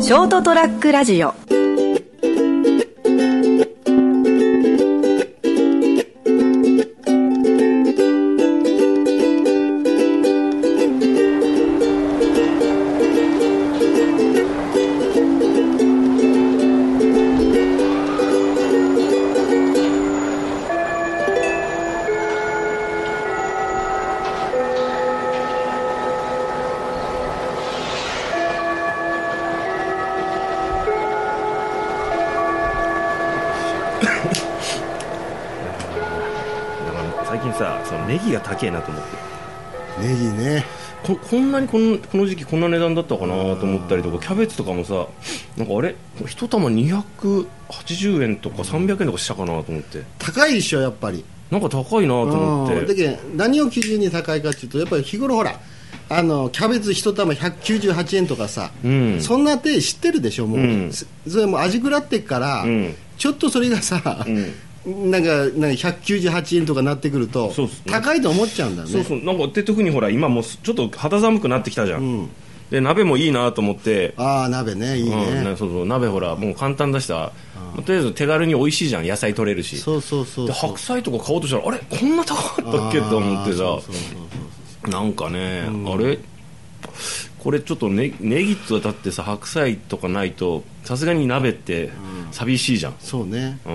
ショートトラックラジオなんか最近さそのネギが高えなと思ってネギねここんなにこのこの時期こんな値段だったかなと思ったりとかキャベツとかもさなんかあれ一玉280円とか300円とかしたかなと思って高いでしょやっぱりなんか高いなと思っうんだてけど何を基準に高いかっていうとやっぱり日頃ほらあのキャベツ一玉198円とかさ、うんそんな手知ってるでしょもう、うんそそれもう味食らってっから、うんちょっとそれがさ、なんかなんか198円とかなってくると、そうっすね高いと思っちゃうんだよねそうそうなんかで特にほら今もうちょっと肌寒くなってきたじゃん、うんで鍋もいいなと思ってああ鍋ねいいね、うん、なそうそう鍋ほらもう簡単だしさとりあえず手軽に美味しいじゃん野菜取れるしそうそうそうでそう白菜とか買おうとしたらあれこんな高かったっけと思ってさあーそうそうそうなんかね、あれこれちょっとねネギとだってさ白菜とかないとさすがに鍋って寂しいじゃんそうねう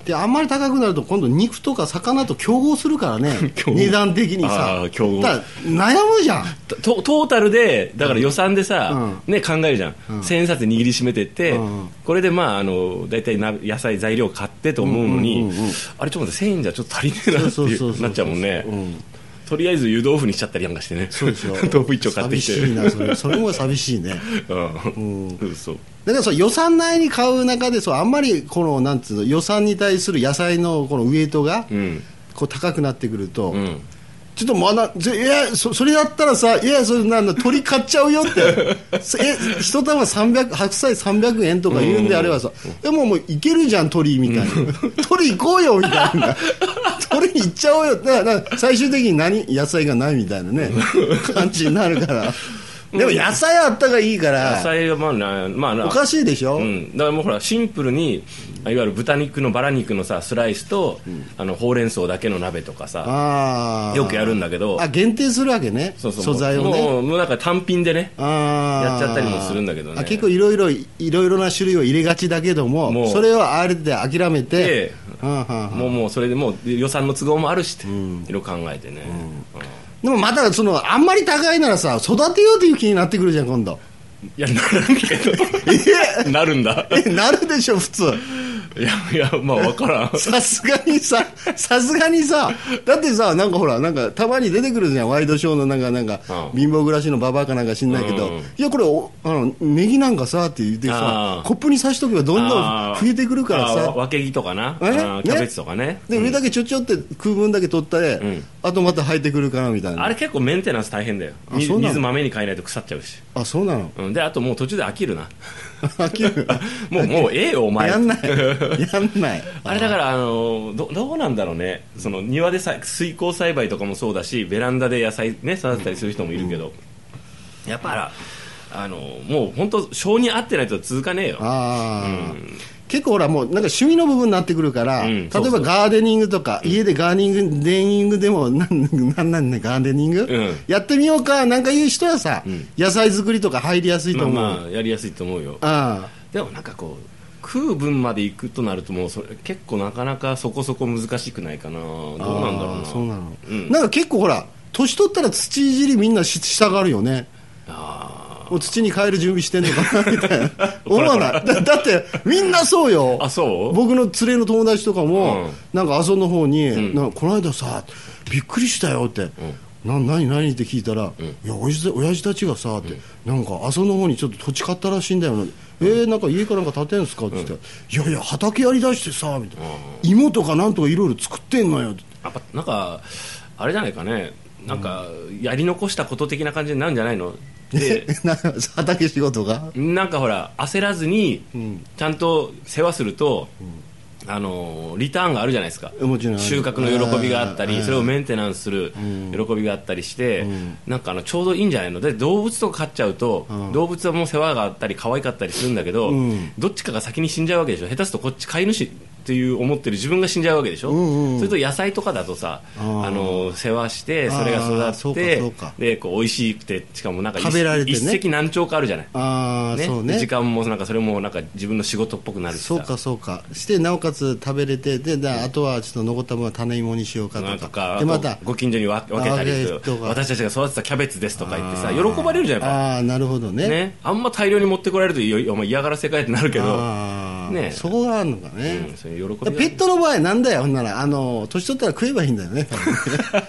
ん、であんまり高くなると今度肉とか魚と競合するから ね競合値段的にあさー競合だから悩む じゃんとトータルでだから予算でさ、ね、考えるじゃん、千円札握りしめてって、うんこれでまああの大体な野菜材料買ってと思うのに、うんうんうんうんあれちょっと待って1000円じゃちょっと足りねえなってそうそういそうそううなっちゃうもんね、うんとりあえず湯豆腐にしちゃったりなんかしてねそうでしょ 豆腐一丁買ってきて寂しいなそれそれも寂しいねうん、そうだからそう予算内に買う中でそうあんまりこのなんつうの予算に対する野菜のこのウエイトが、うんこう高くなってくると、うんちょっとまだぜいやそそれだったらさいやそれなんだ鳥買っちゃうよって え一玉300白菜300円とか言うんであればさ、でももういけるじゃん鳥みたいな、 鳥行こうよみたいな 鳥行っちゃおうよだからだから最終的に何野菜がないみたいなね感じになるからでも野菜あったがいいか野ら菜はまあなまあなおかしいでしょ、うん、だからもうほらシンプルにあいわゆる豚肉のバラ肉のさスライスと、あのほうれん草だけの鍋とかさああよくやるんだけどあ限定するわけねそうそう素材をねもうもうなんか単品でねあーやっちゃったりもするんだけどねあ結構いろいろいろいろな種類を入れがちだけどももうそれをあれで諦めてで、うんうんうんもうもうそれでもう予算の都合もあるしって、いろいろ考えてね、うんでもまたそのあんまり高いならさ育てようという気になってくるじゃん今度いやならんけどなるん だえなるでしょ普通いやいやまあ分から んさすがにささすがにさだってさなんかほらなんかたまに出てくるじゃんワイドショーのなんかなんか、うん貧乏暮らしのババアかなんか知んないけど、うんいやこれおあのネギなんかさって言ってさあーコップに刺しとけばどんどんあー増えてくるからあーさわ分け木とかなあえーねキャベツとかねで上だけちょちょって空分だけ取ったで、んあとまた生えてくるからみたいなあれ結構メンテナンス大変だよあ水そうなの水まめに変えないと腐っちゃうし、あそうなの うん、であともう途中で飽きるな飽きるもうもうええよ お前やんないやんない あれだからあのどどうなんだろうねその庭でさ水耕栽培とかもそうだしベランダで野菜ね育てたりする人もいるけど、やっぱらあのもう本当性に合ってないと続かねえよあー、結構ほらもうなんか趣味の部分になってくるから、うん例そえうそばうガーデニングとか、家でガーデニングデニングでもなんなんなんねガーデニング、うんやってみようかなんかいう人はさ、野菜作りとか入りやすいとまあ思う、まあやりやすいと思うよあでもなんかこう食う分まで行くとなるともうそれ結構なかなかそこそこ難しくないかなどうあなんだろうあなーそうなの、うんなんか結構ほら年取ったら土いじりみんなししたがるよねあもう土に変える準備してんのかなみた いな思ほらわほないだだってみんなそうよあそう僕の連れの友達とかも、うんなんか阿蘇の方に、なんかこの間さびっくりしたよって、な何何って聞いたら、いや親父た親父たちがさって、なんか阿蘇の方にちょっと土地買ったらしいんだよな、えー、なんか家かなんか建てんすかって言ったら、いやいや畑やりだしてさみたいな、芋とかなんとかいろいろ作ってんのよってあやっぱなんかあれじゃないかねなんかやり残したこと的な感じになるんじゃないのでな畑仕事がなんかほら焦らずにちゃんと世話すると、あのリターンがあるじゃないですかもちろん収穫の喜びがあったうんうりんそれをメンテナンスする喜びがあったりしてなんかあのちょうどいいんじゃないので動物とか飼っちゃうとん動物はもう世話があったり可愛かったりするんだけどうんどっちかが先に死んじゃうわけでしょ下手するとこっち飼い主っていう思ってる自分が死んじゃうわけでしょうんうんそれと野菜とかだとさあーあの世話してそれがあーそ育っうかてそうかでこう美味しくてしかもなんか一食べられてね一石何鳥かあるじゃないああ、ねそうね時間もなんかそれもなんか自分の仕事っぽくなるしさそうかそうかしてなおかつ食べれてでであとはちょっと残った分は種芋にしようかとなかんとかであとまたご近所にわ分けたりすある分けとか私たちが育てたキャベツですとか言ってさ喜ばれるじゃないああーなるほどねですかね、あんま大量に持ってこられるといやお前嫌がらせかいってなるけど、ああ、ねそこがあるのかうねん、、そういう喜びだからがペットの場合なんだよほんならあの年取ったら食えばいいん だよね多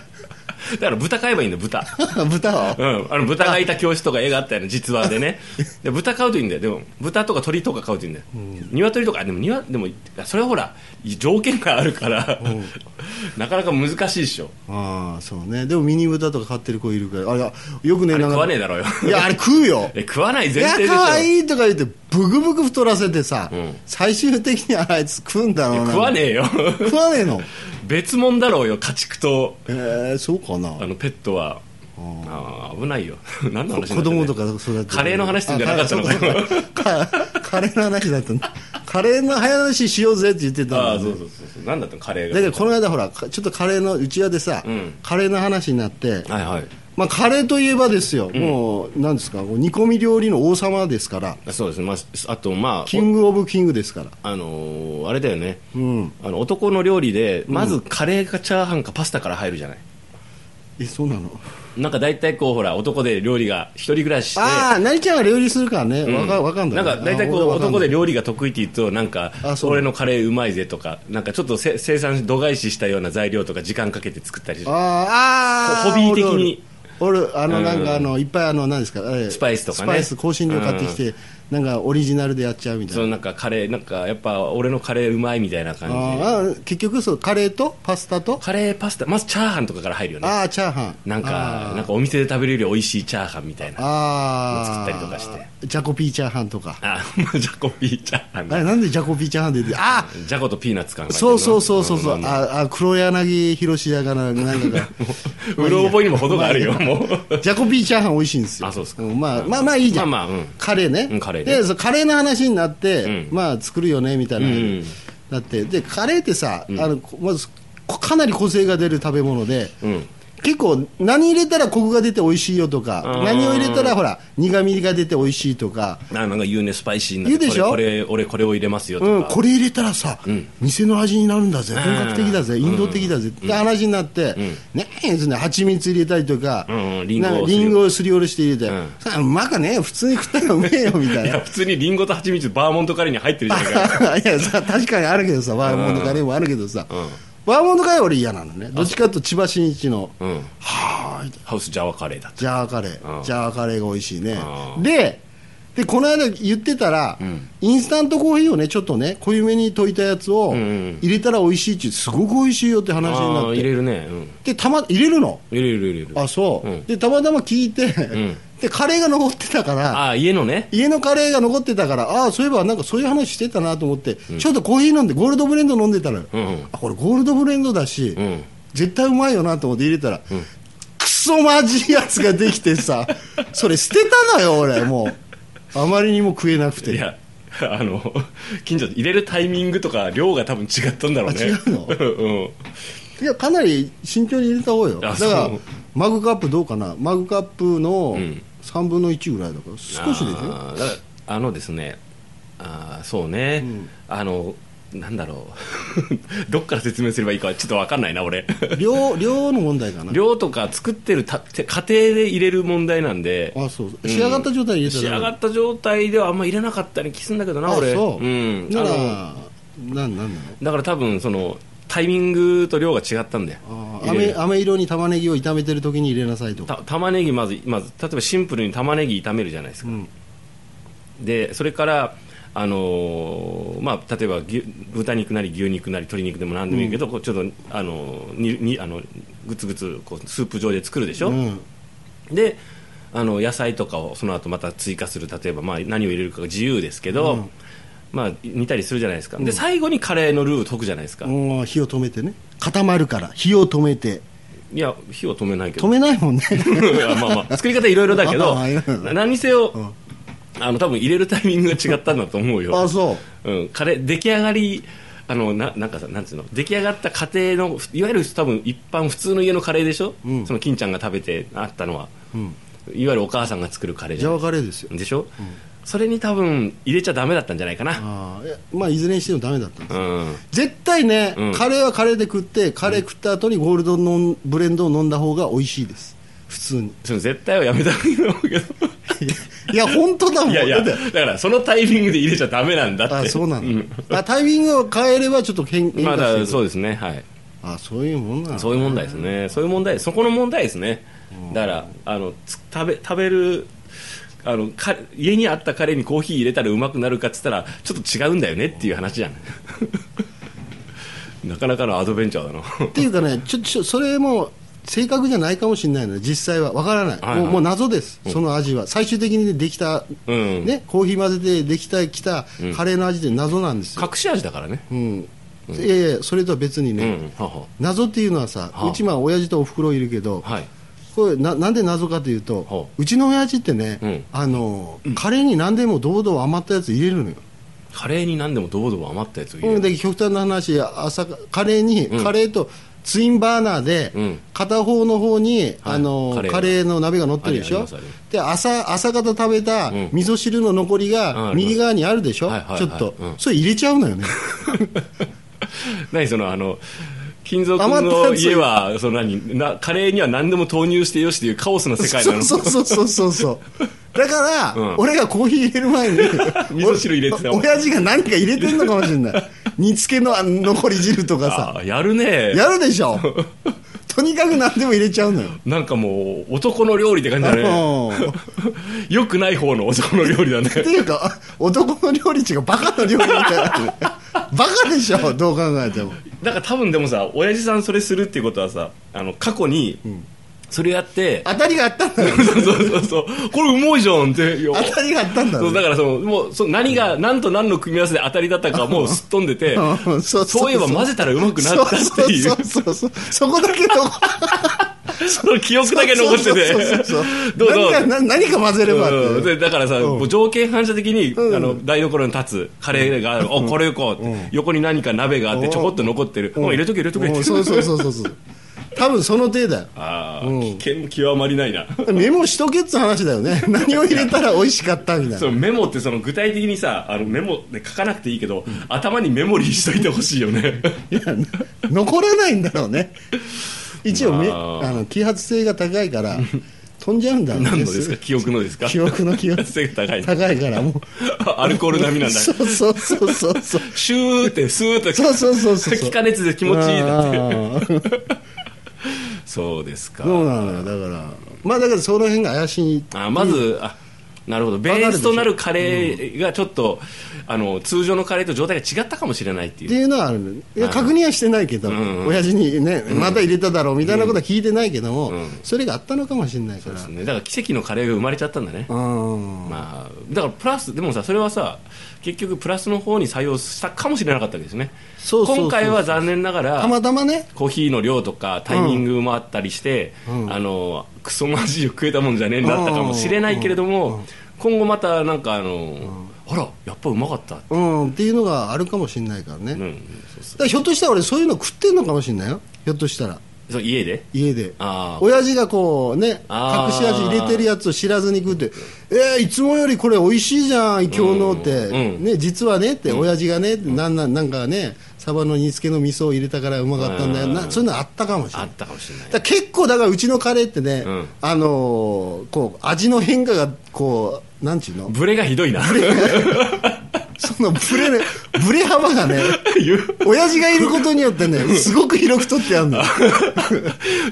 だから豚飼えばいいんだよ豚 分豚はうん、あの豚がいた教室とか映画あったよね実話で ねで豚飼うといいんだよでも豚とか鳥とか飼うといいんだよ、鶏とかあでも庭でもそれはほら条件があるから、 なかなか難しいでしょああそうねでもミニ豚とか飼ってる子いるからあれよくねあれなん食わかねえだろうよいやあれ食う よえ食わないい前や提でしょ可愛いとか言ってブクブク太らせてさ、ん最終的にあいつ食うんだろうな食わねえよ食わねえの別物だろうよ家畜とえー、そうかなあのペットはあー危ないよ 何の話になって子んだよ供とか育ててカレーの話するんじゃなかったのかあそうそうかカレーの話だったのカレーの話しようぜって言ってたの ああそうそうそうそう何だったのカレーだがけどこの間ほらかちょっとカレーのうちわでさ、んカレーの話になって、はいはいまあ、カレーといえばですよ、もうなんですかこう煮込み料理の王様ですからあそうですね、まあ、あとまあキング・オブ・キングですからあのーあれだよね、うんあの男の料理でまずカレーかチャーハンかパスタから入るじゃない、えそうなのなんか大体こうほら男で料理が一人暮らししてああなりちゃんは料理するからねわ、かわかんなんか大体こうあ俺わかんな男いで料理が得意って言うとなんかあそう俺のカレーうまいぜとかなんかちょっとせ生産度外視したような材料とか時間かけて作ったりするあーあーホビー的に俺俺あのなんかあうんのいっぱいあの何ですかあれスパイスとかねスパイス香辛料買ってきてなんかオリジナルでやっちゃうみたいそなのなんかカレーなんかやっぱ俺のカレーうまいみたいな感じであーあー結局そうカレーとパスタとカレーパスタまずチャーハンとかから入るよねああチャーハンなんかあーなんかお店で食べるより美味しいチャーハンみたいなあー作ったりとかしてジャコピーチャーハンとかあジャコピーチャーハンあだれなんでジャコピーチャーハンであジャコとピーナッツ感があ入ってるそなうそうそうそうそう、んああ黒柳広志だからなんかがうろ覚えにも程があるよもう ジャコピーチャーハン美味しいんですよ。あそうですかんまあ、まあまあいいじゃん。まあまあうんカレーね。うんカレーねで、そうカレーの話になって、んまあ作るよね、みたいな、んだって、で、カレーってさ、あの、こまず、こかなり個性が出る食べ物で、うん結構何入れたらコクが出て美味しいよとかあー何を入れたらほら苦味が出て美味しいとか、ななんか言うねスパイシーにな言うでしょこれこれ俺これを入れますよとか、うん、これ入れたらさ、店の味になるんだぜ本格的だぜインド的だぜって話になって、ねえですね蜂蜜入れたりとか、うんうんリンゴをなんかすりリンゴをすりおろして入れて、んさあうまかね普通に食ったらうめえよみ たいいやな。普通にリンゴと蜂蜜バーモントカレーに入ってるじゃないかいやさ確かにあるけどさバーモントカレーもあるけどさ、バーモントカレーは俺嫌なのねどっちかというと千葉真一の、うんはーいハウスジャワカレーだジャーカレー、うんジャーカレーが美味しいねあ、ででこの間言ってたら、インスタントコーヒーをねちょっとね濃いめに溶いたやつをんうん入れたら美味しいってすごく美味しいよって話になあーっ入てれるね、うん、でたま入れるの入れる入れる入れるあそう、うんでたまたま聞いて、ん でカレーが残ってたからああ家のね家のカレーが残ってたからああそういえばなんかそういう話してたなと思って、ちょっとコーヒー飲んでゴールドブレンド飲んでたのよ、うんうんあこれゴールドブレンドだし、うん絶対うまいよなと思って入れたら、クソまじいやつができて さそれ捨てたのよ俺もうあまりにも食えなくていやあの近所で入れるタイミングとか量が多分違ったん だろうねあ違うのうんいやかなり慎重に入れた方よだあかそうらマグカップどうかなマグカップのん3分の1ぐらいだから少しでしょあーだからあのですねあーそうね、んあのなんだろう どっから説明すればいいかちょっと分かんないな 俺量量の問題かな量とか作ってるたて家庭で入れる問題なんであそう仕上がった状態に入れ仕た上がらった状態ではあんま入れなかったに気すんだけどなあ俺そう、ん、ならあのなんなんなのだから多分そのタイミングと量が違ったんだよあー入れ飴る飴色に玉ねぎを炒めてる時に入れなさいとかた玉ねぎまずまず例えばシンプルに玉ねぎ炒めるじゃないですか、んでそれからあのーまあ、例えば牛豚肉なり牛肉なり鶏肉でも何でもいいけど、こうちょっと、あのーににあのグツグツこうスープ状で作るでしょ、うんであの野菜とかをその後また追加する例えばまあ何を入れるかが自由ですけど、まあ、煮たりするじゃないですか、で最後にカレーのルーを解くじゃないですか、うん火を止めてね固まるから火を止めていや火は止めないけど止めない もんねいやまあまあ作り方いろいろだけど ああいろいろだ何にせよ、あの多分入れるタイミングが違ったんだと思うよ、あそうん、カレー出来上がりあのななんかさなんつうの出来上がった家庭のいわゆる多分一般普通の家のカレーでしょ、その金ちゃんが食べてあったのは、いわゆるお母さんが作るカレージじゃャんワカレーですよでしょ、それに多分入れちゃダメだったんじゃないかなああいやまあいずれにしてもダメだったんですうん絶対ね、うんカレーはカレーで食ってカレー食った後にゴールドのんブレンドを飲んだ方が美味しいです普通にその絶対はやめた方がいいと思うけどい や本当だもんいやいやだだってからそのタイミングで入れちゃダメなんだってあそうなんだ、んあタイミングを変えればちょっと変変ま化してだるそうですねはいあそういうもんなんだそういう問題ですね、そういう問題、そこの問題ですね、だからあのつ食べ食べるあのか、家にあったカレーにコーヒー入れたらうまくなるかって言ったら、ちょっと違うんだよねっていう話じゃん、 なかなかのアドベンチャーだな、っていうかねちょちょそれも正確じゃないかもしれないので実際はわからない、はいはいもうもう謎です、その味は最終的にできた、うん、ね、コーヒー混ぜてできたきたうんカレーの味で謎なんですよ、隠し味だからね、うんいやいやそれとは別にうね、ん、はは謎っていうのはさ、はあうちまあ親父とおふくろいるけど、はい、これななんで謎かというと、はあうちの親父ってね、うんあのカレーに何でも堂々余ったやつ入れるのよ、カレーに何でもどぼどぼ余ったやつを入れうるん、で極端な話朝カレーに、うんカレーとツインバーナーで、うん片方の方に、あのカカレーレがーの鍋が乗ってるでしありょますありますで朝朝方食べたうん味噌汁の残りうんあがります右側にあるでしょ、はいはいはいちょっと、うんそれ入れちゃうのよね何そのあの金蔵君余ったのやつ家はその何なカレーには何でも投入してよしというカオスな世界なの そうそうそうそうそうだから、うん俺がコーヒー入れ る前に味噌汁入れてたもん親父が何か入れてんのかもしれない 煮つけのあの残り汁とかさあやるねやるでしょとにかく何でも入れちゃうのよなんかもう男の料理って感じだねうん よくない方の男の料理 だねっていうか、男の料理違う、バカの料理みたいになってる。バカでしょ、どう考えても。なんか多分でもさ親父さんそれするっていうことはさあの過去にそれやって、 当たりがあったんだよ。そうそうそうそうこれうまいじゃんってよ当たりがあったんだそようだ。からそのもうその何が何と何の組み合わせで当たりだったかはもうすっ飛んでてうんそうそうそういえば混ぜたらうまくなそっうたってそういうそうそうそう。そこだけの。その記憶だけ残っててそうそうそうどうぞ何かな何か混ぜればってうんいう。でだからさ、うんもう条件反射的に、んあの台所に立つカレーがある、おこれ行こうって、横に何か鍋があってうんちょこっと残ってる、うんもう入れとけ入れとけって、うんそうそうそうそうそう。多分その程度よ。 ああ、危険極まりないなメモしとけって話だよ ね。何を入れたら美味しかったみたいそな。のメモってその具体的にさあのメモで書かなくていいけど、頭にメモリーしといてほしいよね残らないんだろうね。一応め、まああの、揮発性が高いから、飛んじゃうんだろうね。何のですか 記憶のですか記憶の記憶性が高いな高いから もう。アルコール並みなんだそうそうそうそうそう。シューってスーってそうそうそうそう。気化熱で気持ちいいだってって。そうですかそうなのよ、だから。まあだからその辺が怪しい。あまず、あなるほどベースとなるカレーがちょっと、あの通常のカレーと状態が違ったかもしれないっていっうていうのはあるのいや確認はしてないけど、ん親父にね、また入れただろうみたいなことは聞いてないけども、うんそれがあったのかもしれないから。うねだから奇跡のカレーが生まれちゃったんだね、ん。まあ、だからプラスでもさそれはさ結局プラスの方に採用したかもしれなかったわけですねそうそうそうそう今回は残念ながたらまたまね、コーヒーの量とかタイミングもあったりして、あのクソマジを食えたもんじゃねえんだったかもしれないけれども、今後またなんかあの、あらやっぱうまかった、うん、っていうのがあるかもしれないからね。うだかん、そうそうらひょっとしたら俺そういうの食ってんのかもしれないよ。ひょっとしたら。そう家で家であー親父がこうね隠あーし味入れてるやつを知らずに食うってえー、いつもよりこれ美味しいじゃん今日のって、うんうんね、実はねって親父がね、なんなんなんかねサバの煮付けの味噌を入れたからうまかったんだようなんそういうのあったかもしれなあいったかもしれないだから結構だからうちのカレーってね、うんあのーこう味の変化がこうなんちゅうのブレがひど いな。そのブレね ブレ幅がね言う親父がいることによってねすごく広く取ってある の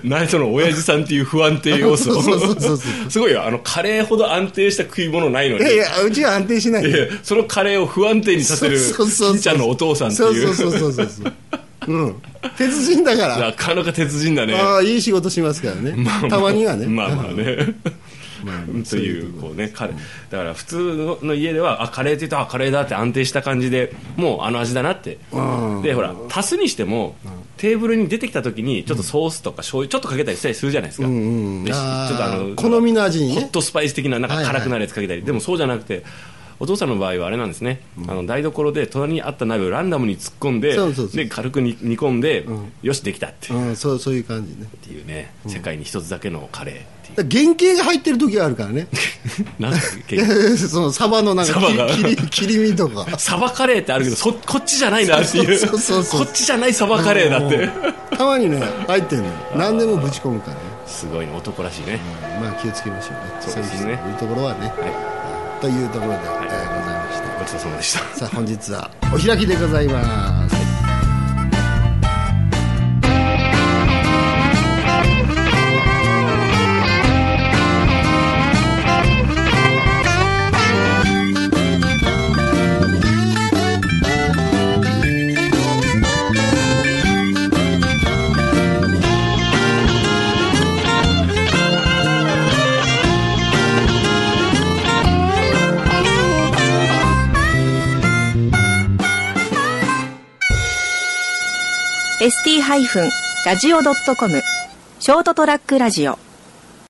何その親父さんっていう不安定要素そうそうそうそすごいよあのカレーほど安定した食い物ないのいにやいやうちは安定しないいやそのカレーを不安定にさせるそうそうそうそう金ちゃんのお父さんっていうそうそうそうそうそううん、鉄人だからなかなか鉄人だねああいい仕事しますからね、たまにはね、まあまあねまあまあとそういいうこうね彼だから普通の家ではあカレーって言うとあカレーだって安定した感じでもうあの味だなってうんでほら足すにしてもテーブルに出てきた時にちょっとソースとか醤油ちょっとかけたりしたりするじゃないですかうんうんでちょあーっとあの好みの味にねホットスパイス的ななんはかいはい辛くなるやつかけたりでもそうじゃなくてお父さんの場合はあれなんですね、あの台所で隣にあった鍋をランダムに突っ込んでそうそうそうで軽くに煮込んで、よしできたっていううん、そうそういう感じねっていうね、世界に一つだけのカレーっていだから原型が入ってる時があるからね うなんか結局そのサバのなんかサバが切り切り切り身とかサバカレーってあるけどそこっちじゃないなっていうそうそうそうそうこっちじゃないサバカレーだってたまにね入ってんのよ何でもぶち込むからねすごいね男らしいね、まあ気をつけましょうねそうですねそういうところはね、はというところで、えーございましたいごちそうさまでしたさあ本日はお開きでございますー ST-radio.com ショートトラックラジオ